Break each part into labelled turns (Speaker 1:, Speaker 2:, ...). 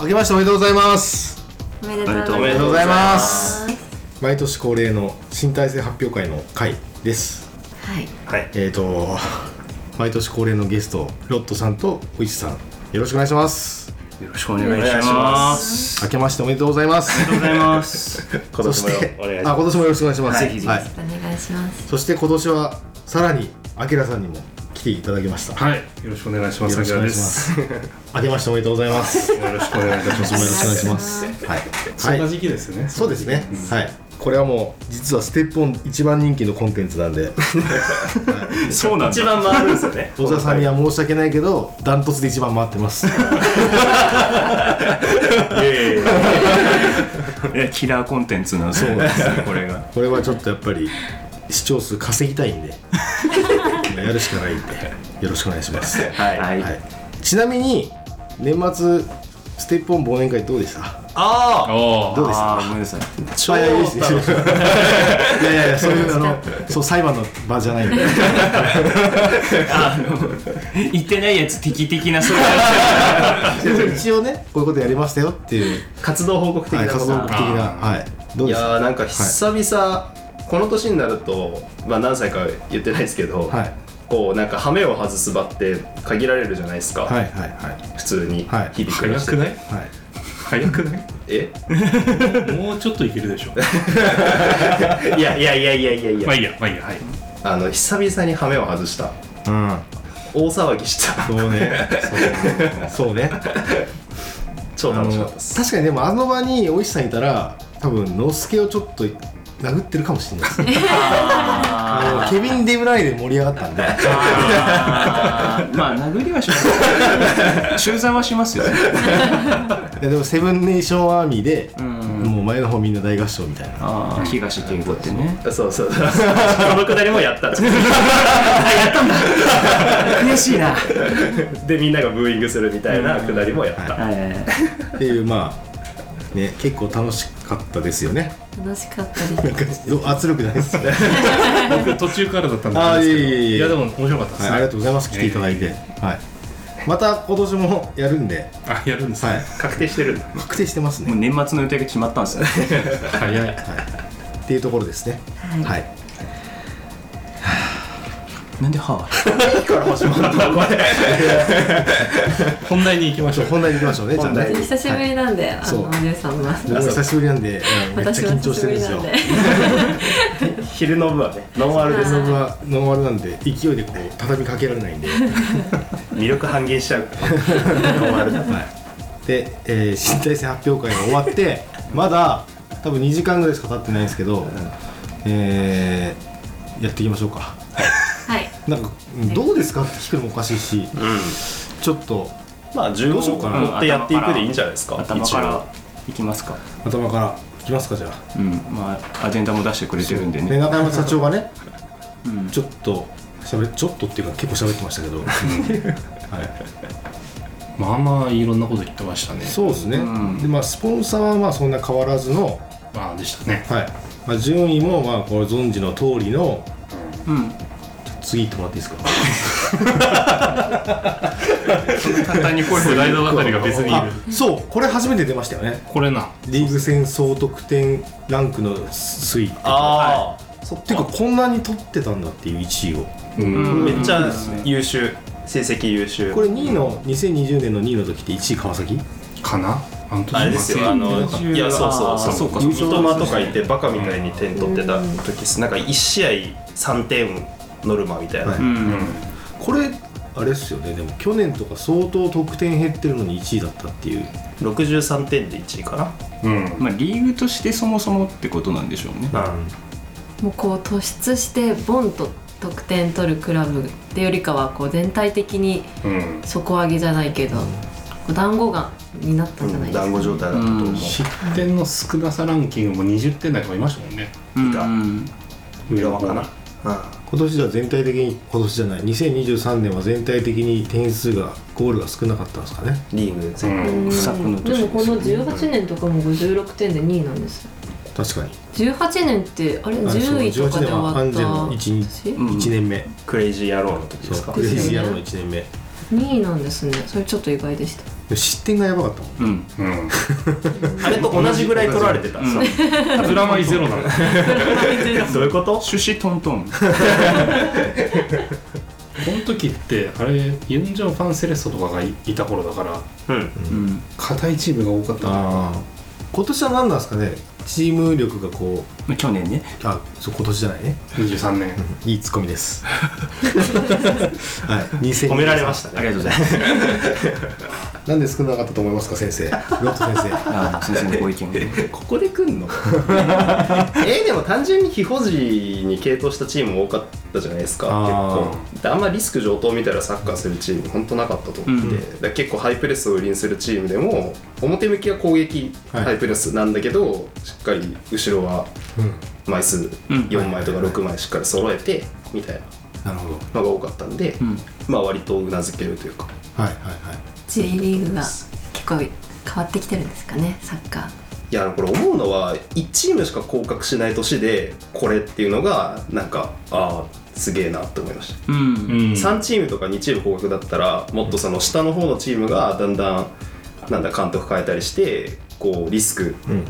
Speaker 1: 明けましておめでとうございます
Speaker 2: おめでとうございます
Speaker 3: おめで
Speaker 1: とうございます
Speaker 2: は
Speaker 1: 毎年恒例の新体制発表会の会です
Speaker 2: い
Speaker 3: はい
Speaker 1: えーと毎年恒例のゲストロットさんとおいちさんよろしくお願いします
Speaker 3: よろしくお願いします
Speaker 1: 明けましておめでとうございます
Speaker 3: ありがとうございます
Speaker 1: 今
Speaker 3: 年もよ
Speaker 1: して
Speaker 3: お願いしま
Speaker 1: あ
Speaker 3: す
Speaker 1: 今年もよろしくお願いします
Speaker 3: はいぜひぜ
Speaker 2: お
Speaker 3: ひ
Speaker 2: 願いします
Speaker 1: そして今年はさらにあきらさんにも来ていただきました
Speaker 4: はい、よろしくお願いします。
Speaker 1: よろしくお願いしま
Speaker 4: さ
Speaker 1: す明けましておめでとうございます
Speaker 4: きらです。よろしくお願いいたしま
Speaker 1: 今年もよろしくお願いしま
Speaker 2: お願
Speaker 1: す
Speaker 4: す。そ
Speaker 1: はい
Speaker 4: ん
Speaker 1: は
Speaker 4: ない時期ですね。
Speaker 1: そうですね、はいこれはもう実はステップオン一番人気のコンテンツなんで
Speaker 3: そうなんだ一番回るんですよね
Speaker 1: 小沢さんには申し訳ないけどダントツで一番回ってます
Speaker 3: いやいやいやいや キラーコンテンツなんですよこれが
Speaker 1: これはちょっとやっぱり視聴数稼ぎたい んでやるしかないんでよろしくお願いします、は
Speaker 3: はい、はい
Speaker 1: いちなみに年末ステップオン忘年会どうでした
Speaker 3: あ
Speaker 4: お
Speaker 1: どうでした
Speaker 3: あーごめんなさい
Speaker 1: 超いやいやいやいやそういうあ のそう裁判の場じゃ ないんで
Speaker 3: あの言ってないやつ敵的なそういう
Speaker 1: 一応ねこういうことやりましたよっていう、
Speaker 5: 活動報告的
Speaker 1: は、
Speaker 5: ないのさ
Speaker 1: 活動的なはいどう
Speaker 5: い
Speaker 1: です
Speaker 5: や
Speaker 1: か
Speaker 5: ーなんか久々、この年になるとまあ何歳か言ってないですけど、
Speaker 1: はい
Speaker 5: こうなんか羽目を外す場って限られるじゃないですか、
Speaker 1: はいはいはい
Speaker 5: 普通に
Speaker 1: はい
Speaker 5: 日々暮
Speaker 4: 早
Speaker 5: らして
Speaker 4: く
Speaker 5: て、
Speaker 4: ない？
Speaker 1: はい
Speaker 4: 早くない？
Speaker 5: え
Speaker 4: もうちょっといけるでしょ。
Speaker 5: いやいやいやいやいやいや、
Speaker 4: まあいいや、まあいいや、はい。
Speaker 5: あの久々に羽目を外した
Speaker 1: うん
Speaker 5: 大騒ぎした
Speaker 1: そう ねそうね
Speaker 5: 超
Speaker 1: あ
Speaker 5: 楽しか
Speaker 1: の
Speaker 5: ったです
Speaker 1: 確かにでもあの場にお石さんいたら多分のすけをちょっと殴ってるかもしれないですねあのケビン・デブライで盛り上が ったんで
Speaker 3: あーまあ殴りはします中座はし ますよね
Speaker 1: いやでもセブンネーションアーミーで
Speaker 3: ん
Speaker 1: もう前の方みんな大合唱みたいな
Speaker 3: ああ東健吾ってね
Speaker 5: そうそう このくだりもやったんです
Speaker 3: 悔しいな
Speaker 5: でみんながブーイングするみたいなくだりもやった、
Speaker 1: っていうまあね結構楽しかったですよね
Speaker 2: 楽しかったです
Speaker 1: ど圧力ないです ね
Speaker 4: 僕途中からだったん
Speaker 1: あー
Speaker 4: ですけど。
Speaker 1: いえいえいえ
Speaker 4: いやでも面白か
Speaker 1: は
Speaker 4: ったで
Speaker 1: い、あ
Speaker 4: すね
Speaker 1: りがとうございます来ていただいて、はい、また今年もやるんで、
Speaker 4: あ、やるんですね。
Speaker 1: はい、
Speaker 5: 確定してるんだ
Speaker 1: 確定してます
Speaker 3: もう
Speaker 1: ね、
Speaker 3: 年末の予定が決まったんですよね
Speaker 4: 早い。
Speaker 1: はい、っていうところですね
Speaker 2: はい
Speaker 1: はい
Speaker 3: なんでは
Speaker 4: 本題に行きまし
Speaker 1: ち
Speaker 4: ょ
Speaker 1: ょ
Speaker 4: う。
Speaker 1: 本題に行きましょうね
Speaker 5: 本題
Speaker 1: じゃあね
Speaker 2: 久しぶりなんで、あ
Speaker 1: そ
Speaker 2: の
Speaker 1: う
Speaker 2: お姉さんは
Speaker 1: 僕も久しぶりなんであのめっ
Speaker 2: 私
Speaker 1: ちゃ
Speaker 2: は
Speaker 1: 緊張
Speaker 2: 久
Speaker 1: し
Speaker 2: してぶ
Speaker 1: るん
Speaker 2: り
Speaker 1: です
Speaker 2: な
Speaker 1: よ
Speaker 2: んで
Speaker 5: 昼飲むはねノンアルで
Speaker 1: 僕
Speaker 5: す
Speaker 1: はノンアルなんで勢いでこう畳みかけられないんで、
Speaker 5: 魅力半減しち ゃうからノンアルだと
Speaker 1: はい、で、えー新体制発表会が終わって まだ多分2時間ぐらいしか経ってないんですけど、えーやっていきましょうか
Speaker 2: はい
Speaker 1: なんかうんどうですかって聞くのもおかしいし、ちょっと
Speaker 5: まあ15
Speaker 1: どうしようかな
Speaker 5: 持ってやっていくでいいんじゃないですか
Speaker 3: 頭
Speaker 5: 一
Speaker 3: か
Speaker 5: 応
Speaker 3: らいきますか
Speaker 1: 頭からいきますかじゃあ
Speaker 3: うんまあアジェンダも出してくれてるんでね
Speaker 1: 中山社長がね、
Speaker 3: ん
Speaker 1: ちょっとしゃべちょっとっていうか結構喋ってましたけど、 はい、
Speaker 4: まあまあいろんなこと言ってましたね。
Speaker 1: そうですね、
Speaker 3: うん
Speaker 1: でまあスポンサーはまあそんな変わらずの、
Speaker 4: まあでしたね。
Speaker 1: はいまあ、順位もまあこれ存じの通りの
Speaker 3: うん
Speaker 1: 次行ってもらっていいですか
Speaker 4: 簡単にこれスライドあたりが別にい る。
Speaker 1: あそうこれ初めて出ましたよね
Speaker 4: これな。
Speaker 1: リーグ戦総得点ランクの推移
Speaker 5: あ
Speaker 1: そっていうかこんなに取ってたんだっていう1位を
Speaker 4: うん。
Speaker 5: あめっちゃ優秀成績優秀
Speaker 1: これ2位の2020年の2位の時って1位川崎
Speaker 4: かな。あの時
Speaker 5: あれですよあの
Speaker 4: 2020
Speaker 5: いやそうそう
Speaker 3: あーそうか
Speaker 5: 三笘とかいてバカみたいに点取ってた時っすなんか1試合3点ノルマみたいな、
Speaker 1: はいう
Speaker 4: うんん。
Speaker 1: これあれっすよねでも去年とか相当得点減ってるのに1位だったっていう
Speaker 5: 63点で1位か
Speaker 4: うん。
Speaker 3: まあリーグとしてそもそもってことなんでしょうね
Speaker 5: な、
Speaker 2: もうこう突出してボンと得点取るクラブってよりかはこう全体的に
Speaker 4: うん。
Speaker 2: 底上げじゃないけど、こう団子がになったんじゃないですか、
Speaker 5: 団子状態だったと思う、
Speaker 3: うん
Speaker 4: 失点の少なさランキングも20点台とかいましたもんね。
Speaker 3: うん
Speaker 5: 浦和かな、
Speaker 1: 今年では全体的に今年じゃない2023年は全体的に点数がゴールが少なかったんですかね
Speaker 5: リーグ
Speaker 4: う
Speaker 5: 全
Speaker 4: ん。
Speaker 2: うん
Speaker 3: 不作の年
Speaker 2: で
Speaker 3: です
Speaker 2: も
Speaker 3: よ
Speaker 2: この18年とかも56点で2位なんですよ
Speaker 1: 確かに
Speaker 2: 18年ってあれ10位とかで終わ
Speaker 1: アン
Speaker 2: っ
Speaker 1: ジェの
Speaker 2: た
Speaker 1: 1,
Speaker 2: 私
Speaker 3: うん
Speaker 1: 年目
Speaker 5: クレイジー野郎の時で
Speaker 1: そ
Speaker 5: す
Speaker 1: う
Speaker 5: か
Speaker 1: クレイジー野郎の1年目
Speaker 2: 2位なんですねそれちょっと意外でした
Speaker 1: も失点がやばかったもん
Speaker 3: うん
Speaker 4: うん
Speaker 5: あれと同じぐらい取られてた、
Speaker 3: うん
Speaker 5: さ
Speaker 4: プラマイゼロなんだ
Speaker 5: どういうこと
Speaker 3: 趣旨トントン
Speaker 4: この時ってあれユン・ジョン・ファン・セレッソとかがいいた頃だから
Speaker 5: うん
Speaker 3: うん
Speaker 4: 硬いチームが多かったんだよ
Speaker 1: あ今年は何なんですかねチーム力がこう
Speaker 3: まあ去年ね
Speaker 1: あそう今年じゃないね
Speaker 4: 23年
Speaker 1: いいツッコミですはい2023
Speaker 5: 褒められました
Speaker 3: あり
Speaker 5: ね
Speaker 3: がとうございます
Speaker 1: なんで少なかったと思いますか先生ロット先 生
Speaker 3: あ先生のご意見
Speaker 5: ここで来んの えでも単純に非保持に傾倒したチームも多かったじゃないですか結
Speaker 1: あー
Speaker 5: 構であんまリスク上等みたいなサッカーするチーム本当なかったと思ってて、
Speaker 3: うん
Speaker 5: だから結構ハイプレスを売りにするチームでも表向きは攻撃
Speaker 1: はい
Speaker 5: ハイプレスなんだけど、しっかり後ろは
Speaker 1: うん
Speaker 5: 枚数
Speaker 3: うん
Speaker 5: 4枚とか6枚しっかり揃えてみたい
Speaker 1: なるほど
Speaker 5: なのが多かったんで、
Speaker 3: うん
Speaker 5: まあ割とうなずけるというか
Speaker 1: はいはいはい
Speaker 2: J リーグが結構変わってきてるんですかねサッカー
Speaker 5: いやこれ思うのは1チームしか降格しない年でこれっていうのがなんかああすげえなって思いました
Speaker 3: うんうん
Speaker 4: ん
Speaker 5: 3チームとか2チーム降格だったらもっとその下の方のチームがだんだんなんだ監督変えたりしてこうリスク
Speaker 1: うん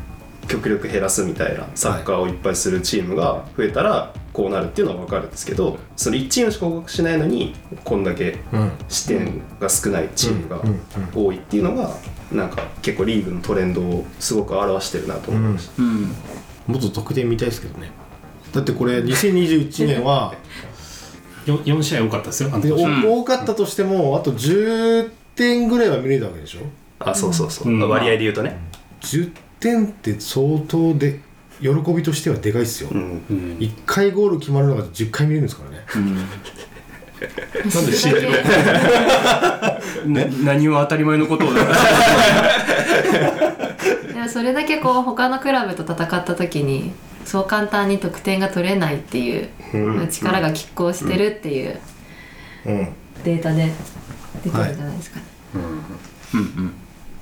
Speaker 5: 極力減らすみたいなサッカーをいっぱいするチームが増えたらこうなるっていうのは分かるんですけどその1チームしか降格しないのにこんだけ
Speaker 1: うん
Speaker 5: 視点が少ないチームが
Speaker 1: うんうん
Speaker 5: 多いっていうのがなんか結構リーグのトレンドをすごく表してるなと思いました。
Speaker 3: うん
Speaker 1: もっと得点見たいですけどねだってこれ2021年 は
Speaker 4: よ4試合多かったですよあの
Speaker 1: で
Speaker 4: 年
Speaker 1: お多かったとしてもあと10点ぐらいは見れたわけでしょ
Speaker 5: あそうそうそう、
Speaker 4: うん
Speaker 5: 割合で言うとね、
Speaker 1: 10点って相当で喜びとしてはでかいっすよ、
Speaker 5: うん、
Speaker 4: うん
Speaker 1: 1回ゴール決まるのが10回見れるんですからね
Speaker 4: なんで信じるの
Speaker 3: な何を当たり前のことをだから
Speaker 2: でもそれだけこう他のクラブと戦った時にそう簡単に得点が取れないっていう、力が拮抗してるっていう
Speaker 1: うん
Speaker 2: データで出てるんじゃないですかね、
Speaker 3: うんうん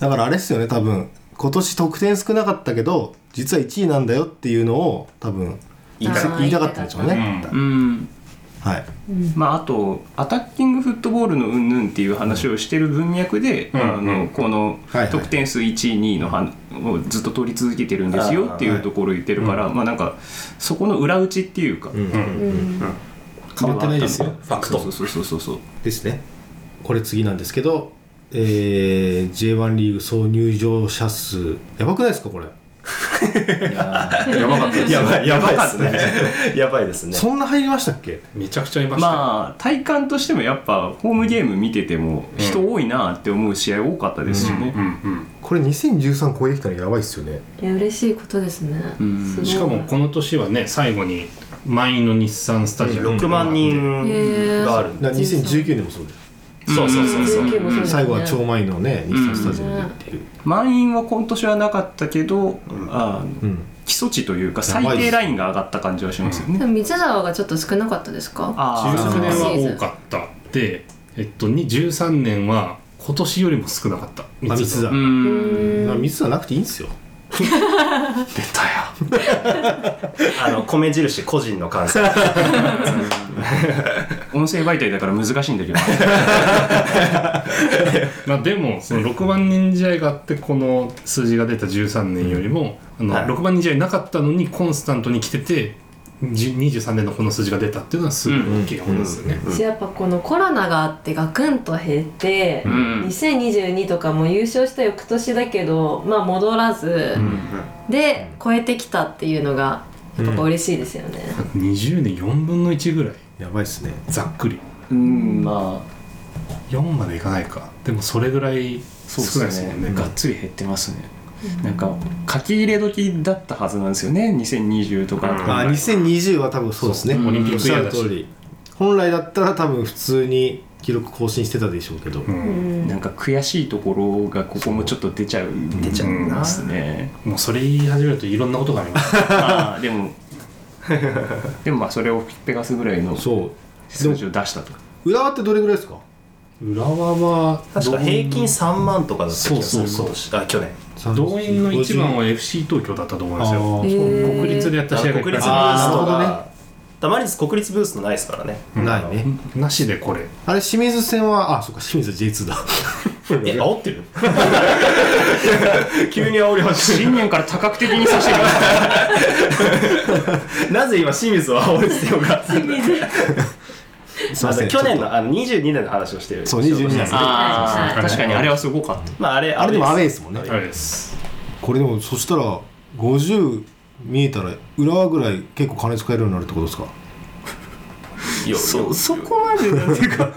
Speaker 1: だからあれっすよね多分今年得点少なかったけど実は1位なんだよっていうのを多分
Speaker 5: 言い
Speaker 1: 言
Speaker 5: た
Speaker 1: い
Speaker 2: あー
Speaker 5: か
Speaker 1: たかったんでしょうね、
Speaker 3: うん
Speaker 1: はい
Speaker 3: まあ、あとアタッキングフットボールの云々っていう話をしてる文脈で、
Speaker 4: うん
Speaker 3: あ
Speaker 4: う
Speaker 3: の
Speaker 4: ん
Speaker 3: この
Speaker 1: はいはい
Speaker 3: 得点数1位2位のはをずっと取り続けてるんですよってい
Speaker 1: あーは
Speaker 3: う
Speaker 1: い
Speaker 3: ところを言ってるから、まあなんかそこの裏打ちっていうか、
Speaker 1: うん
Speaker 4: うん
Speaker 1: 変わってないですよ
Speaker 3: ファクトそうそうそうそうそう
Speaker 1: ですねこれ次なんですけど、えー、J1 リーグ総入場者数やばくないですかこれ、
Speaker 3: やばかったです
Speaker 5: やばいやばいで
Speaker 3: やばか
Speaker 5: す
Speaker 3: ったです
Speaker 5: ねやばい ですね
Speaker 1: そんな入りましたっけ
Speaker 4: めちゃくちゃいましたよ
Speaker 3: まあ体感としてもやっぱホームゲーム見てても人多いなって思う試合多かったですしね、
Speaker 4: うん
Speaker 1: これ2013超えてきたのやばいっすよね
Speaker 2: いや嬉しいことですね、
Speaker 3: うん
Speaker 2: す
Speaker 4: う
Speaker 2: ご
Speaker 4: ん、
Speaker 2: い
Speaker 4: しかもこの年はね最後に満員の日産スタジアム
Speaker 5: 6万人があるんで
Speaker 1: だから2019年もそうで
Speaker 5: そうそうそうそう
Speaker 2: 19もそうですね
Speaker 1: 最後は超満員のね日産スタジアムでっていう、
Speaker 3: 満員は今年はなかったけど、
Speaker 5: ん
Speaker 3: あー
Speaker 1: うん
Speaker 3: 基礎値というか最低ラインが上がった感じはしますよね
Speaker 2: でも水沢がちょっと少なかったですか
Speaker 3: あー
Speaker 4: 13年は多かったで、えっと、に13年は今年よりも少なかった
Speaker 1: まあ三つだ
Speaker 3: う
Speaker 2: うんーん
Speaker 1: まあ密はなくていいんですよ
Speaker 5: 出たよあの米印個人の感染
Speaker 3: 音声媒体だから難しいんだけど
Speaker 4: まあ、でもその6万人試合があってこの数字が出た13年よりも、あ
Speaker 5: はい
Speaker 4: の6万人試合なかったのにコンスタントに来てて10 23年のこの数字が出たっていうのはすごい大きいことですよね、
Speaker 2: やっぱこのコロナがあってガクンと減って、
Speaker 3: ん
Speaker 2: 2022とかも優勝した翌年だけどまあ戻らず、で超えてきたっていうのがやっぱ嬉しいですよね、
Speaker 4: 20年4分の1ぐらい
Speaker 1: やばいっすね
Speaker 4: ざっくり
Speaker 3: うんま
Speaker 4: 4までいかないかでもそれぐらい
Speaker 3: あ
Speaker 4: 少
Speaker 3: そう
Speaker 4: ないです
Speaker 3: です
Speaker 4: も
Speaker 3: ね
Speaker 4: んね
Speaker 3: がっつり減ってますねなんか書き入れ時だったはずなんですよね2020とかだと
Speaker 1: あ2020は多分そうですね
Speaker 4: そうオリンピック
Speaker 1: おっしゃる
Speaker 4: イヤーだし
Speaker 1: 通り本来だったら多分普通に記録更新してたでしょうけど、
Speaker 4: うん
Speaker 2: うん
Speaker 3: なんか悔しいところがここもちょっと出ちゃう出
Speaker 4: ちゃうな
Speaker 3: ですね
Speaker 4: もうそれ言い始めるといろんなことがあり ます
Speaker 3: ああでもでもまあそれをペガスぐらいの
Speaker 1: そ
Speaker 3: 数字を出したと
Speaker 1: う浦和ってどれぐらいですか
Speaker 4: 浦和は
Speaker 5: 確か平均3万とかだった気がする
Speaker 4: そうそうそう
Speaker 5: 今年あ去年
Speaker 4: 動員の一番
Speaker 1: は
Speaker 4: は FC 東京だったと思います
Speaker 1: あ
Speaker 4: よ
Speaker 1: ー
Speaker 2: へー
Speaker 4: 国立でやった試合がいっぱ
Speaker 5: 国
Speaker 4: い
Speaker 5: 立ブースと
Speaker 1: あーなるほどね
Speaker 5: かだマリス国立ブースのないですからね
Speaker 1: ないね
Speaker 4: なしでこれ
Speaker 1: あれ清水戦はあそっか清水 J2 だ
Speaker 3: え、煽ってる
Speaker 5: 急に煽り始める
Speaker 3: 新年から多角的にさせてください。
Speaker 5: なぜ今清水を煽る必要が
Speaker 2: 清水
Speaker 1: すいません
Speaker 5: 去年のあの22年の話をしてる
Speaker 1: そう22年
Speaker 5: ま
Speaker 3: あ
Speaker 2: あ
Speaker 3: あ、
Speaker 2: ー
Speaker 3: 確かにあれはすごかった。
Speaker 5: ああれ
Speaker 1: あれでもアウェイですもんね
Speaker 5: アウェイ
Speaker 4: あれです
Speaker 1: これでもそしたら50見えたら裏ぐらい結構金使えるようになるってことですか
Speaker 5: いやいや
Speaker 3: そ、そこまでなんていうか。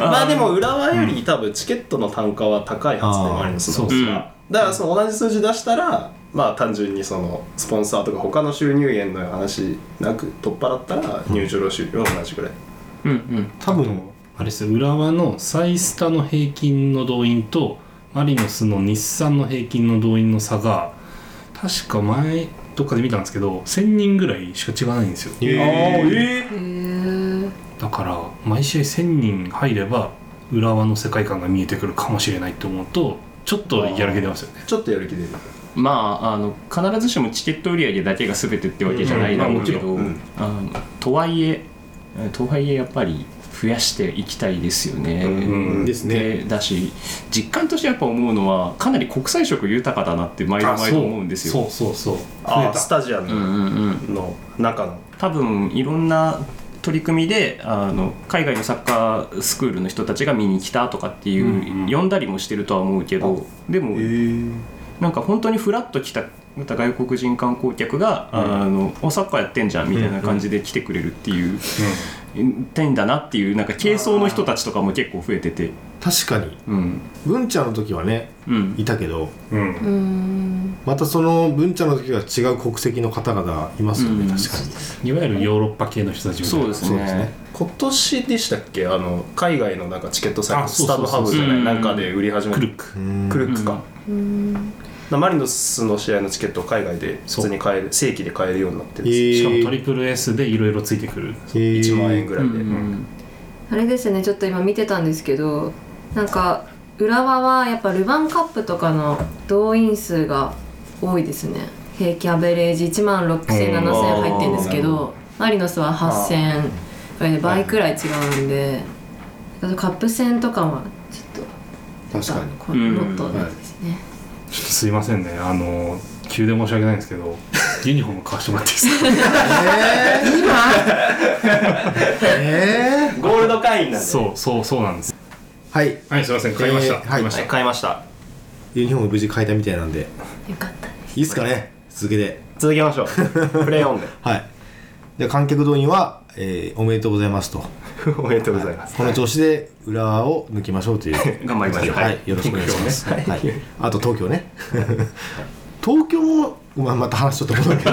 Speaker 5: まあでも浦和より多分チケットの単価は高いはずでもあります
Speaker 1: あーそう
Speaker 5: ね
Speaker 1: っす
Speaker 3: か
Speaker 5: だからその同じ数字出したらまあ単純にそのスポンサーとか他の収入源の話なく取っ払ったら入場料収入は同じぐらい
Speaker 3: うんうん。
Speaker 1: 多分
Speaker 4: あれですよ浦和のサイスタの平均の動員とマリノスの日産の平均の動員の差が確か前どっかで見たんですけど1000人ぐらいしか違わないんですよ
Speaker 1: え
Speaker 5: え
Speaker 2: へー
Speaker 4: だから毎試合1000人入れば浦和の世界観が見えてくるかもしれないと思うとちょっとやる気出ますよね
Speaker 5: ちょっとやる気出る
Speaker 3: まあ、あの必ずしもチケット売り上げだけが全てってわけじゃないだろうけど、
Speaker 5: うんうん
Speaker 3: あのとはいえとはいえやっぱり増やしていきたいですよね。
Speaker 4: うん
Speaker 1: ですね
Speaker 3: でだし実感としてやっぱ思うのはかなり国際色豊かだなって毎度毎度思うんですよ。
Speaker 4: あそうそうそうそう増
Speaker 5: あ
Speaker 4: え
Speaker 5: ース
Speaker 4: た
Speaker 5: タジア
Speaker 3: うん
Speaker 5: ム
Speaker 3: うんうん
Speaker 5: の中の
Speaker 3: 多分いろんな取り組みであの海外のサッカースクールの人たちが見に来たとかっていう、
Speaker 4: うんうん
Speaker 3: 呼んだりもしてるとは思うけどでも、なんか本当にフラッと来た外国人観光客が、あのおサッカーやってんじゃんみたいな感じで来てくれるっていう、点だなっていうなんか軽装の人たちとかも結構増えてて、
Speaker 1: 確かに
Speaker 3: うん
Speaker 1: 文ちゃんの時はね
Speaker 3: うん、
Speaker 1: いたけど
Speaker 4: う
Speaker 2: う
Speaker 4: ん、
Speaker 2: ーん
Speaker 1: またその文ちゃんの時は違う国籍の方々いますよね、
Speaker 3: うん
Speaker 1: 確かに
Speaker 4: いわゆるヨーロッパ系の人たちみたいな
Speaker 3: そうです
Speaker 1: そうですね
Speaker 3: ね。
Speaker 5: 今年でしたっけあの海外のなんかチケットサイト
Speaker 4: あそ
Speaker 5: ス
Speaker 4: うそう
Speaker 5: タ
Speaker 4: そ
Speaker 5: ブ
Speaker 4: う
Speaker 5: ハブじゃな
Speaker 3: うん
Speaker 5: いなんかで売り始め
Speaker 4: ク
Speaker 5: た
Speaker 4: ルック
Speaker 1: うん
Speaker 5: クルックか、
Speaker 2: うーん
Speaker 5: なマリノスの試合のチケットを海外で普通に買える正規で買えるようになってるんですよ、
Speaker 4: しかもト
Speaker 1: え
Speaker 4: リプル S でいろいろついてくる
Speaker 1: ー
Speaker 5: 1万円ぐらいで、
Speaker 3: うんうん
Speaker 2: あれですねちょっと今見てたんですけどなんか浦和はやっぱルヴァンカップとかの動員数が多いですね平均アベレージ1万60007000入ってるんですけどマリノスは8000これで倍くらい違うんであとカップ戦とかはちょっと
Speaker 1: 確かに
Speaker 2: こ
Speaker 3: うん
Speaker 2: もっとですね、
Speaker 4: ちょっとすいませんねあの急で申し訳ないんですけ どユニフォーム買わしてもらっていいですか
Speaker 1: えー、
Speaker 5: ゴールド会員なん で
Speaker 4: そうそうそうなんです
Speaker 1: はい
Speaker 4: はいすいません買いました、
Speaker 1: えーはい
Speaker 4: 買いまし
Speaker 5: は
Speaker 4: た
Speaker 5: い買いました
Speaker 1: ユニフォーム無事変えたみたいなんで
Speaker 2: よかったです
Speaker 1: いいっすかね続けて
Speaker 5: 続けましょうプレイオンで
Speaker 1: はいで観客動員は、えーおめでとうございますと
Speaker 5: おめでとうございます
Speaker 1: この調子で浦和を抜きましょうという
Speaker 3: 頑張りましょう
Speaker 1: はい、
Speaker 3: はい
Speaker 1: よろしくお願いします、はい、あと東京ね東京も、まあ、また話ちょっと戻るけど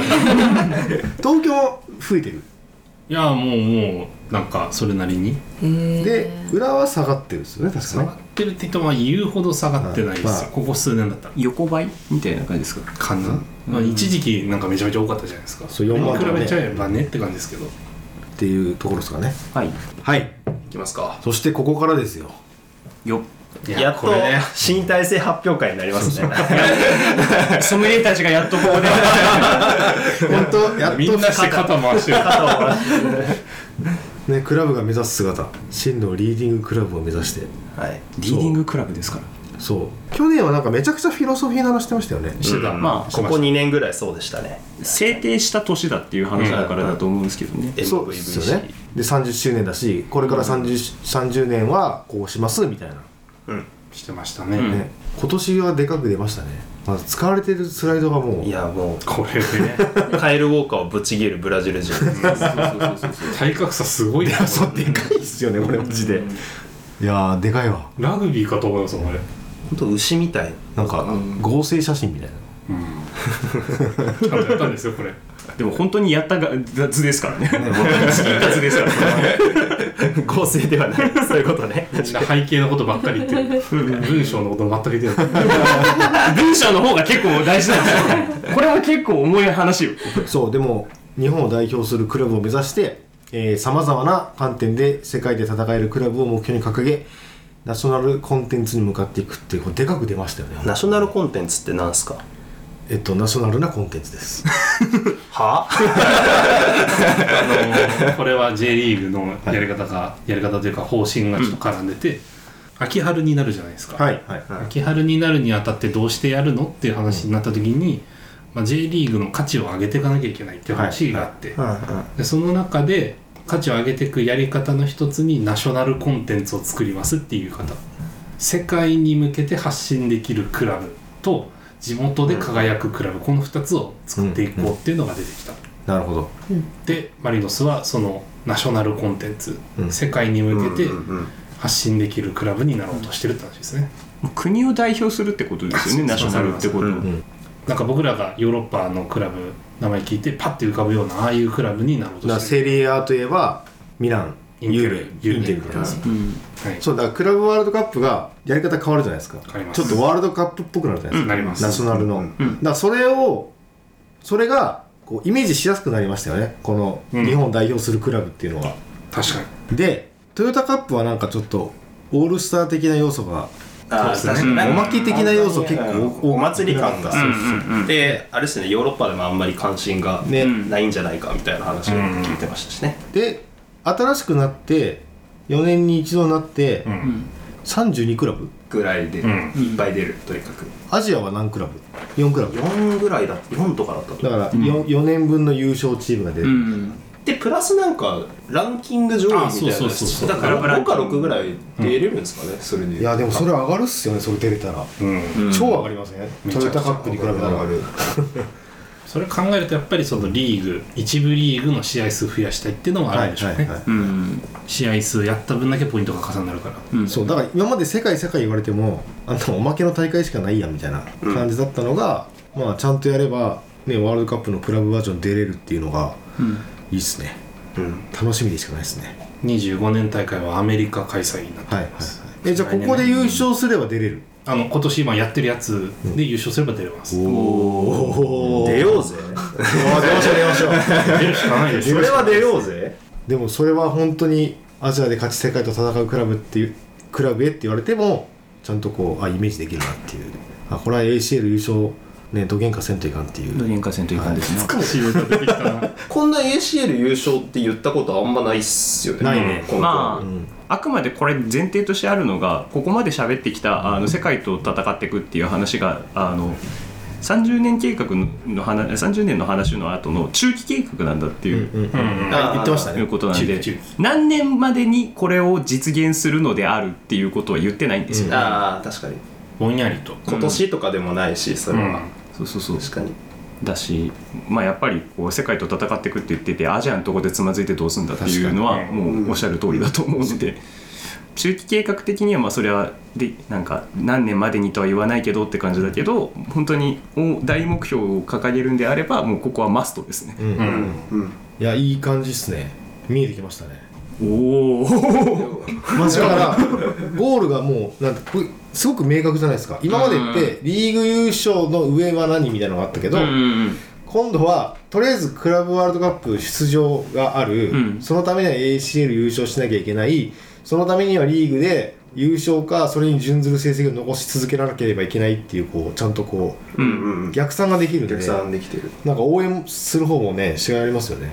Speaker 1: 東京も増えてる
Speaker 4: いやもうもうなんかそれなりに
Speaker 2: へー
Speaker 1: で浦和は下がってるんですよね確
Speaker 4: 下
Speaker 1: か
Speaker 4: がっ
Speaker 1: ね
Speaker 4: てるって言ってもまあ言うほど下がってないですよ、
Speaker 1: まあ
Speaker 4: ここ数年だったら
Speaker 3: 横ばいみたいな感じですか
Speaker 4: かな、まあ、一時期なんかめちゃめちゃ多かったじゃないですか
Speaker 1: そう4万と
Speaker 4: 比
Speaker 1: かね
Speaker 4: べちゃえばねって感じですけど
Speaker 1: っていうところですかね
Speaker 3: はい
Speaker 1: はい
Speaker 5: いきますか
Speaker 1: そしてここからですよ
Speaker 3: よ
Speaker 5: やっ
Speaker 4: ことれね
Speaker 5: 新体制発表会になりますね
Speaker 3: ソムリエたちがやっとこ こで
Speaker 1: 本当やっと
Speaker 4: みんなして肩回してる
Speaker 1: ねクラブが目指す姿真のリーディングクラブを目指して
Speaker 5: はい
Speaker 3: リーディングクラブですから
Speaker 1: そう去年はなんかめちゃくちゃフィロソフィーの話してましたよね
Speaker 4: してた、
Speaker 5: うん
Speaker 3: まあ
Speaker 5: ここ2年ぐらいそうでしたね
Speaker 3: 制定した年だっていう話だからだと思うんですけどね、
Speaker 1: そうですよね
Speaker 5: MVVC
Speaker 1: で30周年だしこれから 30,、30年はこうしますみたいな、ね
Speaker 5: うん
Speaker 4: してましたね、
Speaker 3: うん
Speaker 1: 今年はでかく出ましたね、まあ、使われてるスライドがもう
Speaker 5: いやもう
Speaker 4: これで ね
Speaker 5: カエルウォーカーをぶち切るブラジル人
Speaker 4: 体格差すごいな
Speaker 1: そうでかいっすよねこれマジでいやーでかいわ
Speaker 4: ラグビーかと思います もんあれ
Speaker 5: ほんと牛みたい
Speaker 1: なんか合成写真みたいな
Speaker 4: ちゃんとやったんですよこれ
Speaker 3: でも本当にやったが図ですからねちぎった図 ですから
Speaker 5: 合成ではないそういうことね
Speaker 4: みんな背景のことばっかり言ってる 文章のことばっかり言って る
Speaker 3: 文章の方が結構大事なんですよこれは結構重い話よ
Speaker 1: そうでも日本を代表するクラブを目指してさまざまな観点で世界で戦えるクラブを目標に掲げナショナルコンテンツに向かっていくっていうこれでかく出ましたよね
Speaker 5: ナショナルコンテンツってなんすか
Speaker 1: えっとナショナルなコンテンツです
Speaker 5: は
Speaker 4: あのこれは J リーグのやり方がやり方というか方針がちょっと絡んでて、秋春になるじゃないですか、
Speaker 1: はいはいはい
Speaker 4: 秋春になるにあたってどうしてやるのっていう話になった時に、まあ、J リーグの価値を上げていかなきゃいけないっていう話があって、
Speaker 1: は
Speaker 4: でその中で価値を上げていくやり方の一つにナショナルコンテンツを作りますっていう方世界に向けて発信できるクラブと地元で輝くクラブ、この2つを作っていこうっていうのが出てきた、
Speaker 1: いなるほど
Speaker 4: でマリノスはそのナショナルコンテンツ、
Speaker 1: うん
Speaker 4: 世界に向けて
Speaker 5: うんうんうん
Speaker 4: 発信できるクラブになろうとしてるって話ですね
Speaker 3: 国を代表するってことですよ
Speaker 4: あ
Speaker 3: ねナシ
Speaker 4: そう
Speaker 3: ョ
Speaker 4: そ
Speaker 3: ナ
Speaker 4: う
Speaker 3: ルってこと、
Speaker 5: うん
Speaker 1: うん
Speaker 4: なんか僕らがヨーロッパのクラブ名前聞いてパッて浮かぶようなああいうクラブになろ
Speaker 1: だ
Speaker 4: う
Speaker 1: から
Speaker 4: としてる
Speaker 1: セリエ A といえばミラン
Speaker 4: インテル
Speaker 1: ユーベイ
Speaker 4: ユー
Speaker 1: ン
Speaker 4: ベ
Speaker 1: テルみたいな
Speaker 2: うん
Speaker 3: うん
Speaker 4: はい
Speaker 1: そうだからクラブワールドカップがやり方変わるじゃないですか
Speaker 4: わかりま
Speaker 1: ち
Speaker 4: す
Speaker 1: ょっとワールドカップっぽくなるじゃないです
Speaker 4: な
Speaker 1: か、
Speaker 4: ります
Speaker 1: ナショナルの、
Speaker 5: うん
Speaker 1: だからそれをそれがこうイメージしやすくなりましたよねこの
Speaker 4: うん
Speaker 1: 日本代表するクラブっていうのは、
Speaker 4: 確かに
Speaker 1: でトヨタカップはなんかちょっとオールスター的な要素が
Speaker 5: あー
Speaker 4: そうです
Speaker 5: 確
Speaker 4: ね
Speaker 5: かに
Speaker 3: うんお
Speaker 5: なんか
Speaker 1: 祭り的な要素結構
Speaker 5: うんお祭り感が
Speaker 1: そう
Speaker 3: うんうん
Speaker 5: であれですねヨーロッパでもあんまり関心が
Speaker 1: ね、
Speaker 3: うん
Speaker 5: ないんじゃないかみたいな話を聞いてましたしね、
Speaker 1: で新しくなって4年に一度になって、
Speaker 4: う
Speaker 3: うんん
Speaker 1: 32クラブ
Speaker 5: ぐらいで
Speaker 4: うん
Speaker 5: いっぱい出るとにかく
Speaker 1: アジアは何クラブ ?4 クラブだ
Speaker 5: 4ぐらいだ4とかだったと
Speaker 1: から 4,、4年分の優勝チームが出
Speaker 3: う
Speaker 1: る、
Speaker 3: ん
Speaker 5: でプラスなんかランキング上位みたい
Speaker 4: あ
Speaker 5: な
Speaker 4: そうそうそうそう
Speaker 5: だから
Speaker 3: クラブラン
Speaker 5: 5
Speaker 3: キン
Speaker 5: か
Speaker 3: グ
Speaker 5: 6ぐらい出れるんですかね、それに
Speaker 1: いやでもそれ上がるっすよねそれ出れたら、
Speaker 4: うん
Speaker 3: うん
Speaker 1: 超上がりますね
Speaker 4: めち
Speaker 1: トヨ
Speaker 4: ゃくちゃ
Speaker 1: タカップに比べたら
Speaker 5: 上がる
Speaker 4: それ考えるとやっぱりそのリーグ一部リーグの試合数増やしたいっていうのもあ
Speaker 1: は
Speaker 4: る
Speaker 1: い
Speaker 4: んでしょう
Speaker 1: は
Speaker 4: ね、
Speaker 1: いはい
Speaker 3: うん
Speaker 4: 試合数やった分だけポイントが重なるから
Speaker 3: うん
Speaker 1: そうだから今まで世界世界言われてもあんたおまけの大会しかないやみたいな感じだったのが、まあちゃんとやれば、ね、ワールドカップのクラブバージョン出れるっていうのが
Speaker 3: うん
Speaker 1: いいっすね
Speaker 5: うん
Speaker 1: 楽しみでしかないですね
Speaker 4: 25年大会はアメリカ開催になって
Speaker 1: はい
Speaker 4: い
Speaker 1: はい、はい
Speaker 4: ます、、
Speaker 1: えじゃあここで優勝すれば出れる
Speaker 4: あの今年今やってるやつで優勝すれば出れます、
Speaker 1: お
Speaker 5: 出ようぜ
Speaker 1: 出ましょう出ましょう
Speaker 4: 出るしかないでし
Speaker 5: そ
Speaker 4: ょ
Speaker 5: れは出ようぜ
Speaker 1: でもそれは本当にアジアで勝ち世界と戦うクラブっていうクラブへって言われてもちゃんとこうあイメージできるなっていうあこれは ACL 優勝ねどげんかせんといかんっていう、
Speaker 3: ドリンカ戦という感じですね
Speaker 4: 難しい歌出てきたな
Speaker 5: こんな ACL 優勝って言ったことあんまないっすよね
Speaker 1: ないね
Speaker 5: この
Speaker 1: う
Speaker 3: ま
Speaker 1: ん、
Speaker 3: あくまでこれ前提としてあるのがここまで喋ってきたあの世界と戦っていくっていう話があの30年計画の話30年の話の後の中期計画なんだっていう
Speaker 1: うんうん
Speaker 4: うんうん
Speaker 1: あ言ってました
Speaker 3: という
Speaker 1: ね
Speaker 3: ことなんで
Speaker 4: 中期中
Speaker 3: 何年までにこれを実現するのであるっていうことは言ってないんですよ、
Speaker 5: ああ確かに
Speaker 4: ぼんやりと
Speaker 5: 今年とかでもないしそれは、
Speaker 3: そうそうそう
Speaker 5: 確かに
Speaker 3: だし、まあ、やっぱりこう世界と戦っていくって言っててアジアのとこでつまずいてどうすんだっていうのは
Speaker 4: 確か
Speaker 5: ね
Speaker 3: もうおっしゃる通りだと思うので、中期計画的にはまあそれはでなんか何年までにとは言わないけどって感じだけど本当にお大目標を掲げるんであればもうここはマストですね。
Speaker 1: うん
Speaker 4: う
Speaker 1: うん
Speaker 4: ん
Speaker 5: うん
Speaker 1: いやいい感じっすね見えてきましたね
Speaker 3: おお
Speaker 1: だからゴールがもうなんてこれすごく明確じゃないですか今までってリーグ優勝の上は何みたいなのがあったけど、
Speaker 3: うん
Speaker 1: 今度はとりあえずクラブワールドカップ出場がある、
Speaker 3: うん
Speaker 1: そのためには ACL 優勝しなきゃいけないそのためにはリーグで優勝かそれに準ずる成績を残し続けなければいけないっていうこうちゃんとこ
Speaker 5: う
Speaker 3: うんん
Speaker 5: うんう
Speaker 1: うん逆算ができるんで
Speaker 5: 逆算できてる
Speaker 1: なんか応援する方もねしがいありますよね、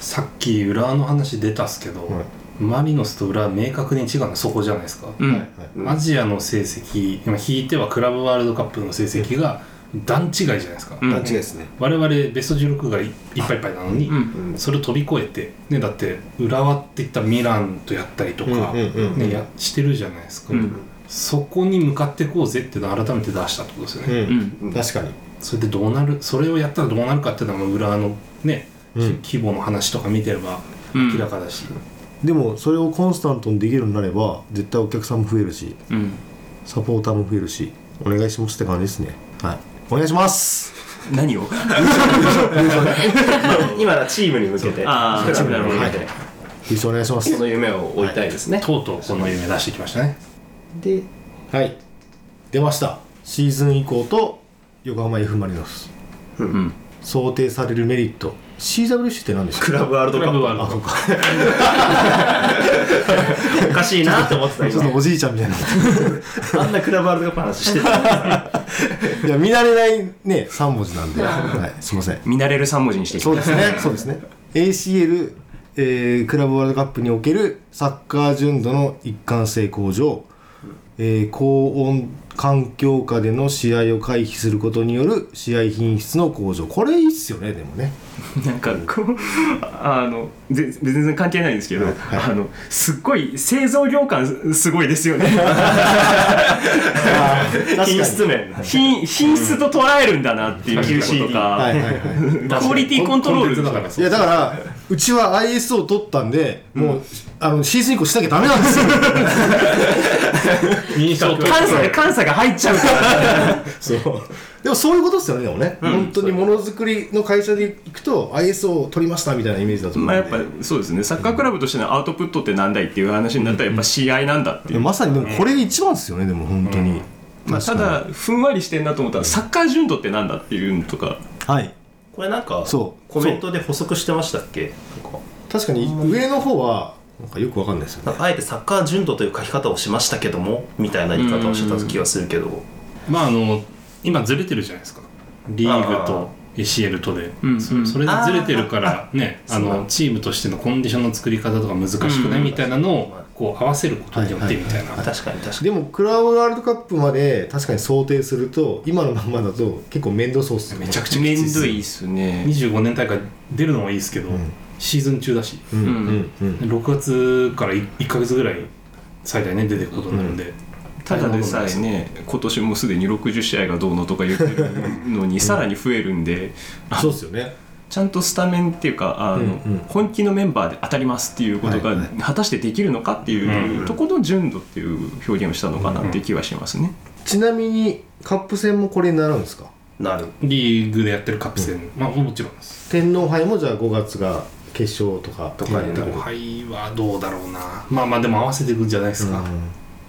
Speaker 4: さっき裏の話出たっすけど、
Speaker 1: はい
Speaker 4: マリノスと裏は明確に違うのはそこじゃないですか、
Speaker 3: うん
Speaker 1: はいはい
Speaker 5: うん
Speaker 4: アジアの成績今引いてはクラブワールドカップの成績が段違いじゃないですか、
Speaker 3: うん
Speaker 1: 段違いですね
Speaker 4: 我々ベスト16がいいっぱいいっぱいなのに、
Speaker 3: うん
Speaker 5: うん
Speaker 4: それを飛び越えて、ね、だって浦和っていったらミランとやったりと
Speaker 1: うん
Speaker 4: か、
Speaker 1: うんうん
Speaker 4: ね、やしてるじゃないですか、
Speaker 3: うん
Speaker 4: そこに向かってこうぜっていうのを改めて出したってことですよ
Speaker 1: う
Speaker 4: ね、
Speaker 1: ん
Speaker 3: うん
Speaker 5: うん
Speaker 1: 確かに
Speaker 4: それでどうなるそれをやったらどうなるかっていうのはもう浦和のね、
Speaker 1: うん
Speaker 4: 規模の話とか見てれば
Speaker 3: うん
Speaker 4: 明らかだし、
Speaker 1: でもそれをコンスタントにできるようになれば絶対お客さんも増えるし
Speaker 3: うん
Speaker 1: サポーターも増えるしお願いしますって感じですねはいお願いします
Speaker 3: 何を
Speaker 5: 今のはチームに向けて
Speaker 3: あーチームに向けて
Speaker 5: はい
Speaker 1: 優勝お願いします
Speaker 5: その夢を追いたいですね、
Speaker 4: とうとうこの夢出してきましたね
Speaker 5: で
Speaker 1: はい出ましたシーズン以降と横浜 F ・マリノス
Speaker 3: うん
Speaker 1: 想定されるメリット CWC って何でし
Speaker 5: ク
Speaker 1: た
Speaker 5: ラブワールド
Speaker 4: ク
Speaker 5: カ
Speaker 4: ラ
Speaker 5: ッ
Speaker 4: ブ
Speaker 5: プ
Speaker 4: ワールドカップ
Speaker 5: おかしいなと思って た
Speaker 1: ちょっとおじいちゃんみたい ない
Speaker 5: 今あんなクラブワールドカップ話してた
Speaker 1: や見慣れないね3文字なんで、はい、すいません
Speaker 3: 見慣れる3文字にしてきた
Speaker 1: そうですねそうですね ACL、えークラブワールドカップにおけるサッカー純度の一貫性向上えー高温環境下での試合を回避することによる試合品質の向上これいいっすよねでも ね
Speaker 3: なんかこうあのぜ全然関係ないんですけど、
Speaker 1: はいはい
Speaker 3: あのすっごい製造業感すすごいですよね
Speaker 1: 品
Speaker 5: 品質面
Speaker 3: 品品質と捉えるんだなっていうこととか、
Speaker 1: はいはいはい
Speaker 3: クオリティコントロール
Speaker 4: コンテンツだから
Speaker 1: い
Speaker 4: そう
Speaker 1: やだからうちは ISO を取ったんでもう、あのシーズン以降しなきゃダメなんですよ
Speaker 4: 認証取
Speaker 3: 監査監査が入っちゃうから
Speaker 1: そうでもそういうことですよねでもね、本当にものづくりの会社で行くと ISO を取りましたみたいなイメージだと思うん
Speaker 3: まあ
Speaker 1: で、
Speaker 3: やっぱそうですねサッカークラブとしてのアウトプットってなんだいっていう話になったらやっぱ試合なんだっていう、
Speaker 1: まさにでもこれが一番ですよねでも本当に、
Speaker 3: まあ、ただふんわりしてんなと思ったらサッカー純度ってなんだっていうのとか
Speaker 1: はい
Speaker 5: これなんか
Speaker 1: そう
Speaker 5: コメントで補足してましたっけなんか
Speaker 1: 確かに上の方はなんかよくわかんないですよ
Speaker 5: な
Speaker 1: ね
Speaker 5: んかあえてサッカー純度という書き方をしましたけどもみたいな言い方をしてた気がするけど
Speaker 4: まああの今ずれてるじゃないですかリーグと ACL とで、
Speaker 3: うん
Speaker 4: そ
Speaker 3: うん
Speaker 4: それでずれてるからねあ
Speaker 5: そう
Speaker 4: の
Speaker 5: だ
Speaker 4: チームとしてのコンディションの作り方とか難しくないみたいなのをこう合わせることによってみたいな、
Speaker 5: 確かに確かに
Speaker 1: でもクラブワールドカップまで確かに想定すると今のまんまだと結構面倒そうっすよね
Speaker 4: めちゃくちゃ
Speaker 3: め
Speaker 4: きつい
Speaker 3: ん
Speaker 4: っす
Speaker 3: どいっすね
Speaker 4: 25年大会出るのはいいですけど、
Speaker 1: ん
Speaker 4: シーズン中だし
Speaker 1: うんうんうん
Speaker 4: 6月から 1, ヶ月ぐらい最大ね出てくことになるんで、
Speaker 3: ただでさえね今年もすでに60試合がどうのとか言ってるのにさらに増えるんで
Speaker 1: そうっすよね
Speaker 3: ちゃんとスタメンっていうかあの、
Speaker 1: うんうん
Speaker 3: 本気のメンバーで当たりますっていうこと
Speaker 1: は
Speaker 3: が
Speaker 1: いはい
Speaker 3: 果たしてできるのかって
Speaker 4: うんう
Speaker 3: い
Speaker 4: ん
Speaker 3: うところの純度っていう表現をしたのかなっていう気はしますね。
Speaker 1: ちなみにカップ戦もこれになるんですか
Speaker 5: なる
Speaker 4: リーグでやってるカップ戦、まあもちろんです
Speaker 1: 天皇杯もじゃあ5月が決勝とか
Speaker 5: とかになる
Speaker 4: 後輩はどうだろうなまあまあでも合わせていくんじゃないですか、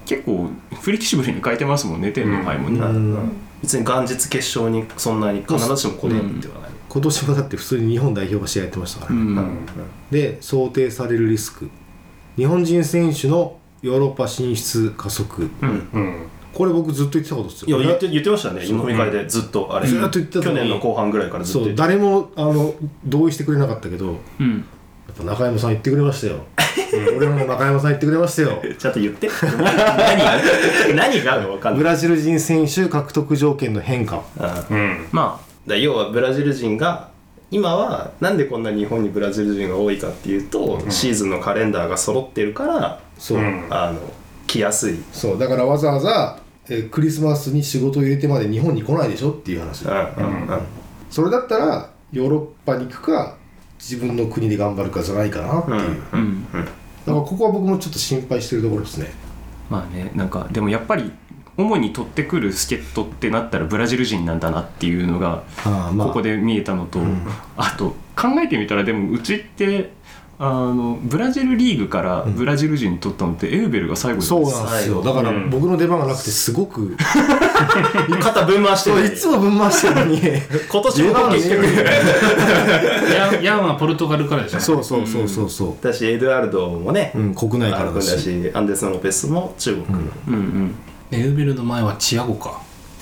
Speaker 3: 結構フレキシブルに変えてますもんね天皇杯もね、
Speaker 1: うんうん
Speaker 5: 別に元日決勝にそんなに必ずしもこれではない、
Speaker 1: 今年もだって普通に日本代表が試合やってましたから、
Speaker 3: うん
Speaker 1: で想定されるリスク日本人選手のヨーロッパ進出加速
Speaker 4: うん
Speaker 1: これ僕ずっと言ってたことです
Speaker 5: いや
Speaker 1: よ
Speaker 5: 言って言ってましたね飲み会でずっとあれ、
Speaker 1: ずっと言ってたの
Speaker 5: 去
Speaker 1: に
Speaker 5: 年の後半ぐらいからずっと
Speaker 1: そう
Speaker 5: 言って
Speaker 1: 誰もあの同意してくれなかったけどやっ
Speaker 3: うん
Speaker 1: ぱ中山さん言ってくれま したよ俺も中山さん言ってくれましたよ
Speaker 5: ちゃんと言って 何何が分かん
Speaker 1: ブ
Speaker 5: ない
Speaker 1: ラジル人選手獲得条件の変化
Speaker 5: ああ
Speaker 4: うん
Speaker 3: ま
Speaker 5: だ要はブラジル人が今はなんでこんな日本にブラジル人が多いかっていうと、シーズンのカレンダーが揃ってるから
Speaker 1: そう、
Speaker 4: うん
Speaker 5: あの来やすい、うん、
Speaker 1: そうだからわざわざ、えークリスマスに仕事を入れてまで日本に来ないでしょっていう話
Speaker 5: うんうん
Speaker 1: それだったらヨーロッパに行くか自分の国で頑張るかじゃないかなっていう、
Speaker 5: う
Speaker 1: だ
Speaker 5: ん
Speaker 1: か
Speaker 3: あうん
Speaker 1: らここは僕もちょっと心配してるところですね
Speaker 3: まあねなんかでもやっぱり主に取ってくる助っ人ってなったらブラジル人なんだなっていうのが
Speaker 1: ああまあ
Speaker 3: ここで見えたのと、
Speaker 1: ん
Speaker 3: あと考えてみたらでもうちってあのブラジルリーグからブラジル人取ったのってエウベルが最後じゃ
Speaker 1: そ
Speaker 3: ないうです
Speaker 1: な
Speaker 3: か
Speaker 1: んですよ
Speaker 5: 最
Speaker 1: だから
Speaker 4: うん
Speaker 1: 僕の出番がなくてすごく、
Speaker 5: 肩ぶん回して
Speaker 1: そう
Speaker 5: る
Speaker 1: いつもぶん回してるのに
Speaker 5: 今年
Speaker 1: 出
Speaker 5: も
Speaker 1: 番
Speaker 5: ボ
Speaker 1: が
Speaker 5: ケしてくる
Speaker 1: ね
Speaker 4: ヤンヤンはポルトガルからでし ょ
Speaker 1: そうそうそうそうそう
Speaker 5: だしエドアルドもね、
Speaker 1: うん、国内
Speaker 5: ア
Speaker 1: か
Speaker 5: ル
Speaker 1: ら
Speaker 5: コ
Speaker 1: だ
Speaker 5: ンだ
Speaker 1: し
Speaker 5: しアンデスのロペスも中国、
Speaker 3: うんうん
Speaker 4: エウベルの前はチアゴか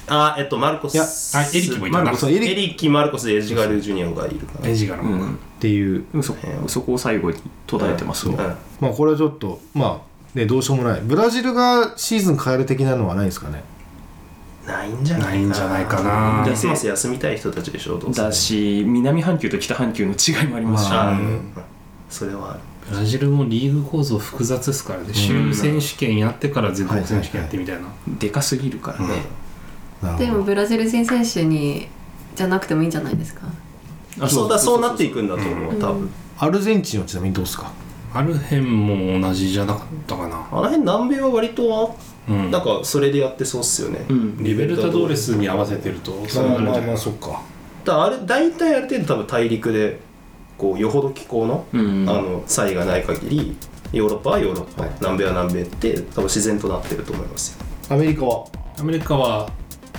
Speaker 5: あえっとマルコス
Speaker 1: いや
Speaker 4: あエリキもいた
Speaker 1: マ
Speaker 4: な
Speaker 1: ルコス
Speaker 5: エリキマルコスエジガルジュニアがいるか
Speaker 4: エジガラ
Speaker 3: う
Speaker 4: も
Speaker 3: ん
Speaker 4: な
Speaker 3: うん
Speaker 1: っていう、
Speaker 3: でもそそこを最後に途絶えてますね、
Speaker 5: ら、うん
Speaker 1: まあこれはちょっとまあねどうしようもないブラジルがシーズン変える的なのはないですかね
Speaker 5: ないんじゃない
Speaker 4: ないんじゃないかな
Speaker 5: クリスマス休みたい人たちでしょどうせ
Speaker 3: だし南半球と北半球の違いもありますし、
Speaker 5: あうんそれはある
Speaker 4: ブラジルもリーグ構造複雑ですからね州選手権やってから全国選手権やってみたいな
Speaker 3: でかすぎるからね、
Speaker 1: なるほど
Speaker 2: でもブラジル人選手にじゃなくてもいいんじゃないですか
Speaker 3: あ
Speaker 5: そうだそうなっていくんだと思
Speaker 2: う
Speaker 5: う、
Speaker 2: ん
Speaker 5: 多分
Speaker 1: アルゼンチンはちなみにどうですか
Speaker 4: ある辺も同じじゃなかったかな
Speaker 5: あの辺南米は割と
Speaker 4: うん
Speaker 5: なんかそれでやってそうっすよね、
Speaker 3: うん
Speaker 4: リベルタドーレスに合わせてるとそうなるんじゃない
Speaker 1: そっか
Speaker 5: だからあれ大体ある程度多分大陸でこうよほど気候の,、
Speaker 3: うん
Speaker 5: あの差異がない限りヨーロッパはヨーロッパ、南米は南米って多分自然となってると思いますよ
Speaker 1: アメリカは
Speaker 4: アメリカは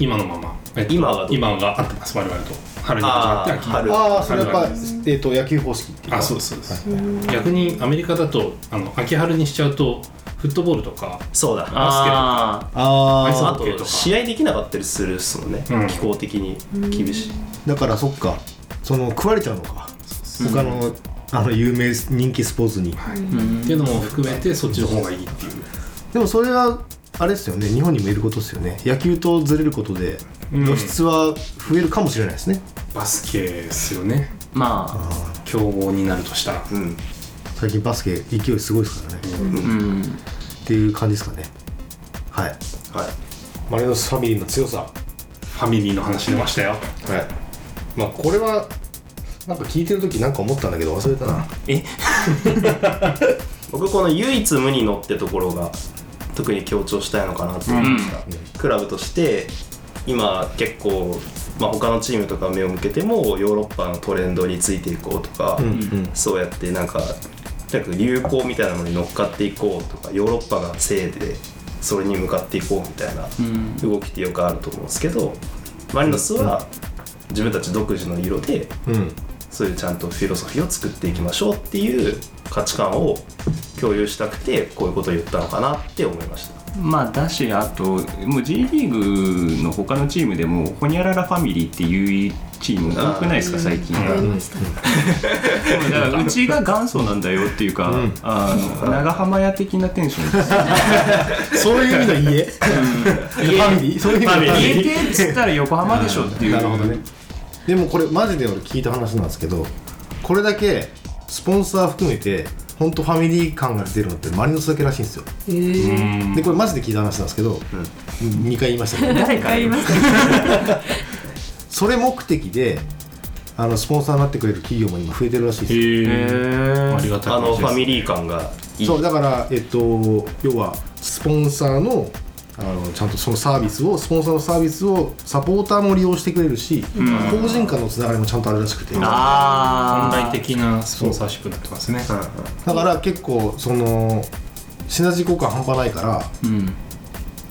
Speaker 4: 今のまま、えっと
Speaker 5: 今がどう
Speaker 4: 今が合ってます我々と春に始ま
Speaker 5: あ
Speaker 4: って
Speaker 5: あ
Speaker 4: 秋
Speaker 5: 春
Speaker 1: ああそれやっぱ、
Speaker 4: アルゼ
Speaker 1: えっと野球方式っていうか
Speaker 4: あそうですそうです、逆にアメリカだとあの秋春にしちゃうとフットボールとか
Speaker 5: そうだ
Speaker 3: あ
Speaker 1: あ
Speaker 4: アイ
Speaker 1: あ
Speaker 4: スホ
Speaker 5: あ
Speaker 4: ッケーと
Speaker 5: と
Speaker 4: か
Speaker 5: 試合できなかったりするっすもんね、
Speaker 4: うん
Speaker 5: 気候的に厳しい、
Speaker 1: だからそっかその食われちゃうのか他のあの有名人気スポーツに
Speaker 3: ー、うん
Speaker 4: っていうのも含めてそっちの方がいいっていう
Speaker 1: でもそれはあれですよね日本にもいることですよね野球とずれることで
Speaker 4: うん
Speaker 1: 露出は増えるかもしれないですね、
Speaker 4: バスケですよね
Speaker 3: まあ
Speaker 4: 競合になるとしたら
Speaker 5: うん
Speaker 1: 最近バスケ勢いすごいですからね、
Speaker 3: うん
Speaker 1: っていう感じですかねはい
Speaker 5: はい
Speaker 1: マリノスファミリーの強さ
Speaker 4: ファミリーの話出ましたよ
Speaker 1: はいまあこれはなんか聞いてる時なんか思ったんだけど忘れたな
Speaker 3: え
Speaker 5: 僕この唯一無二のってところが特に強調したいのかなって思いました、クラブとして今結構、まあ、他のチームとか目を向けてもヨーロッパのトレンドについていこうとか、
Speaker 1: うんうん
Speaker 5: そうやってなんかとにかく流行みたいなのに乗っかっていこうとかヨーロッパがせいでそれに向かっていこうみたいな
Speaker 3: うん
Speaker 5: 動きってよくあると思うんですけどマリノスは自分たち独自の色で
Speaker 1: うん
Speaker 5: そういうちゃんとフィロソフィーを作っていきましょうっていう価値観を共有したくてこういうことを言ったのかなって思いました
Speaker 3: まあだしあともう J リーグの他のチームでもホニャララファミリーっていうチーム多くないですか最近
Speaker 5: うん
Speaker 2: 思いました
Speaker 3: でもだからうちが元祖なんだよっていうか、
Speaker 1: うん
Speaker 3: あの長浜屋的なテンションですよ
Speaker 1: そういう意味の家ファミリーそういう意味のファミ
Speaker 3: 家
Speaker 1: リー
Speaker 3: 系っつったら横浜でしょっていう
Speaker 1: なるほどねでもこれマジで俺聞いた話なんですけどこれだけスポンサー含めて本当ファミリー感が出るのってマリノスだけらしいんですよ、
Speaker 2: えー
Speaker 1: でこれマジで聞いた話なんですけど、2回言いましたけど
Speaker 3: 誰か
Speaker 2: り
Speaker 3: よ
Speaker 2: ました
Speaker 1: それ目的であのスポンサーになってくれる企業も今増えてるらしいですよ、
Speaker 4: へ
Speaker 3: ー
Speaker 4: ありがたい
Speaker 5: あ
Speaker 4: 話
Speaker 5: のフ
Speaker 4: です
Speaker 5: ァミリー感がいい
Speaker 1: そうだから、えっと、要はスポンサーのあのちゃんとそのサービスをスポンサーのサービスをサポーターも利用してくれるし、
Speaker 3: ん
Speaker 1: 法人間のつながりもちゃんとあるらしくて
Speaker 3: あ
Speaker 4: 本来
Speaker 3: ー
Speaker 4: 的なスポンサーシップになってますね
Speaker 5: うんうん
Speaker 1: だから結構そのシナジー効果半端ないから
Speaker 3: うん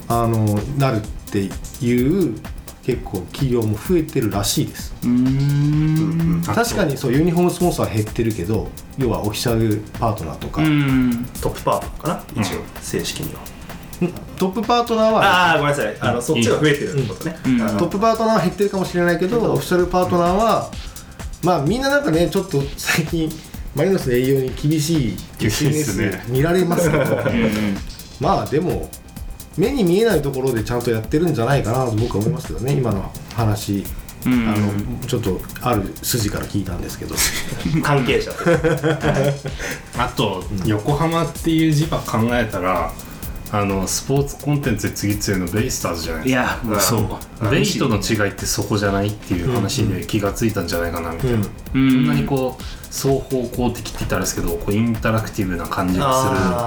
Speaker 1: あのなるっていう結構企業も増えてるらしいです
Speaker 3: うーん
Speaker 4: あ
Speaker 1: 確かにそうユニフォームスポンサー減ってるけど要はオフィシャルパートナーとか、
Speaker 3: うん
Speaker 5: トップパートナーかな一応、正式には
Speaker 1: トップパートナーは
Speaker 5: ああごめんなさいあのそっちが増えてるってことね、
Speaker 3: うん
Speaker 5: あの
Speaker 1: トップパートナーは減ってるかもしれないけど、オフィシャルパートナーは、まあみんななんかねちょっと最近マリノスの営業に厳しい
Speaker 4: 厳しいっす
Speaker 1: SNS
Speaker 4: ね
Speaker 1: 見られますけど
Speaker 3: うん
Speaker 1: まあでも目に見えないところでちゃんとやってるんじゃないかなと僕は思いますけどね今の話、
Speaker 3: うん
Speaker 1: あのちょっとある筋から聞いたんですけど
Speaker 5: 関係者というか
Speaker 4: あと横浜っていう字ば考えたらあのスポーツコンテンツで次強いのベイスターズじゃない
Speaker 3: い
Speaker 4: です
Speaker 3: や
Speaker 5: うん
Speaker 4: かベイとの違いってそこじゃないっていう話で気がついたんじゃないかなみたいな、
Speaker 1: うん
Speaker 3: うん
Speaker 4: そんなにこう双方向的って言ったらあれですけどこうインタラクティブな感じが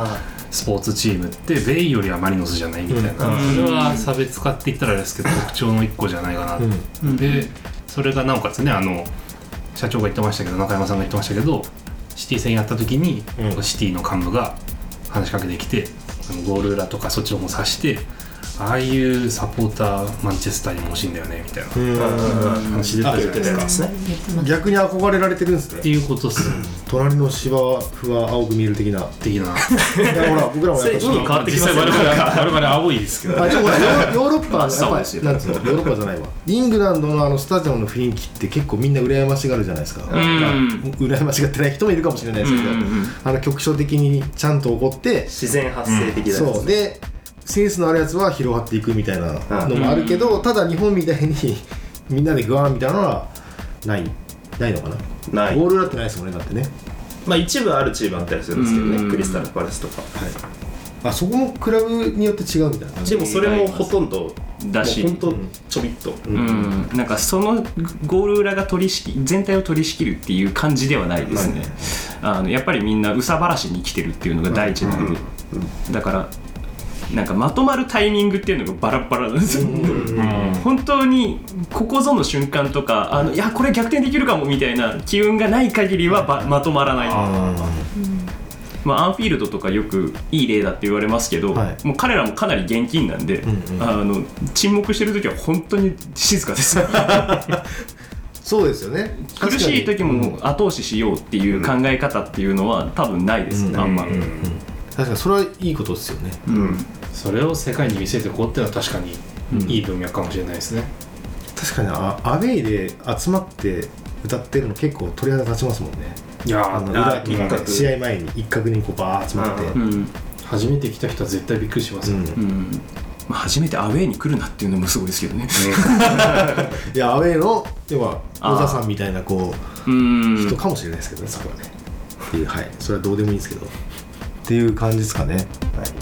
Speaker 5: あ
Speaker 4: するスポーツチームってベイよりはマリノスじゃないみたいな、
Speaker 5: うん
Speaker 4: それは差別化って言ったらあれですけど特徴の一個じゃないかなって
Speaker 1: うん
Speaker 4: でそれがなおかつねあの社長が言ってましたけど中山さんが言ってましたけどシティ戦やった時に、
Speaker 1: うん
Speaker 4: シティの幹部が話しかけてきてあのゴール裏とかそっちの方刺してああいうサポーターマンチェスターにも欲しいんだよねみたいな
Speaker 5: うんうん
Speaker 4: 話出たじゃ
Speaker 5: 言
Speaker 4: な
Speaker 5: っ
Speaker 4: い
Speaker 5: て
Speaker 4: です
Speaker 5: た
Speaker 4: か。
Speaker 5: やつですね
Speaker 1: 逆に憧れられてるんです
Speaker 4: っ
Speaker 1: ね
Speaker 4: ていうことっす
Speaker 1: 隣の芝生は青く見える的ない
Speaker 4: 的な
Speaker 1: やほら僕らもやっぱちょっと
Speaker 5: 変わってき
Speaker 4: 実
Speaker 5: ます
Speaker 4: 際
Speaker 5: よ
Speaker 4: 我々我々青いですけど
Speaker 1: あち ょっと待ってヨーヨーロッパは
Speaker 3: そうです
Speaker 1: やっぱなんつうのヨーロッパじゃないわイングランドのあのスタジアムの雰囲気って結構みんな羨ましがるじゃないですか、
Speaker 3: ん
Speaker 1: 羨ましがってない人もいるかもしれないですけど、
Speaker 3: うんうんうん
Speaker 1: あの局所的にちゃんと怒って
Speaker 5: 自然発生的なやつ、
Speaker 1: そうでセンスのあるやつは広がっていくみたいなのもあるけど、ただ日本みたいにみんなでグワーみたいなのはないないのかな
Speaker 5: ない
Speaker 1: ゴール裏ってないですもんねだってね
Speaker 5: まあ一部あるチームあったりするんですけどね、
Speaker 3: うん
Speaker 5: クリスタルパレスとか、
Speaker 1: あそこもクラブによって違うみたいな感じ
Speaker 5: でもそれもほとんど
Speaker 3: だし
Speaker 5: もうほんとちょびっと、
Speaker 3: うんなんかそのゴール裏が取り仕切全体を取り仕切るっていう感じではないですね、あのやっぱりみんな憂さ晴らしに来てるっていうのが第一なので、だからなんかまとまるタイミングっていうのがバラッバラなんですよ、本当にここぞの瞬間とかあのいやこれ逆転できるかもみたいな機運がない限りはばまとまらない
Speaker 1: あ
Speaker 3: まあ、アンフィールドとかよくいい例だって言われますけど、
Speaker 1: はい
Speaker 3: もう彼らもかなり現金なんで、
Speaker 1: んうん
Speaker 3: あの沈黙してる時は本当に静かです
Speaker 1: ーそうですよね
Speaker 3: 苦しい時も後押ししようっていう考え方っていうのは多分ないですよね、あんま、
Speaker 4: うん
Speaker 1: 確かにそれはいいことですよね
Speaker 4: それを世界に見せてこうっていうのは確かにいい文脈かもしれないですね、
Speaker 1: 確かにあアウェイで集まって歌ってるの結構鳥肌立ちますもんね
Speaker 4: いや
Speaker 1: あの
Speaker 4: ー
Speaker 1: 裏
Speaker 5: 一角
Speaker 1: 試合前に一角にこうバー集まって、
Speaker 5: う
Speaker 1: うんん
Speaker 3: うん
Speaker 4: 初めて来た人は絶対びっくりしますよ、
Speaker 1: うん
Speaker 3: うんまあ、初めてアウェーに来るなっていうのもすごいですけどね。
Speaker 1: いやアウェーの要は
Speaker 3: あー
Speaker 1: 小田さんみたいなこ
Speaker 3: う
Speaker 1: うん人かもしれないですけどね、そこはねっていうはいそれはどうでもいいんですけどっていう感じですかねはい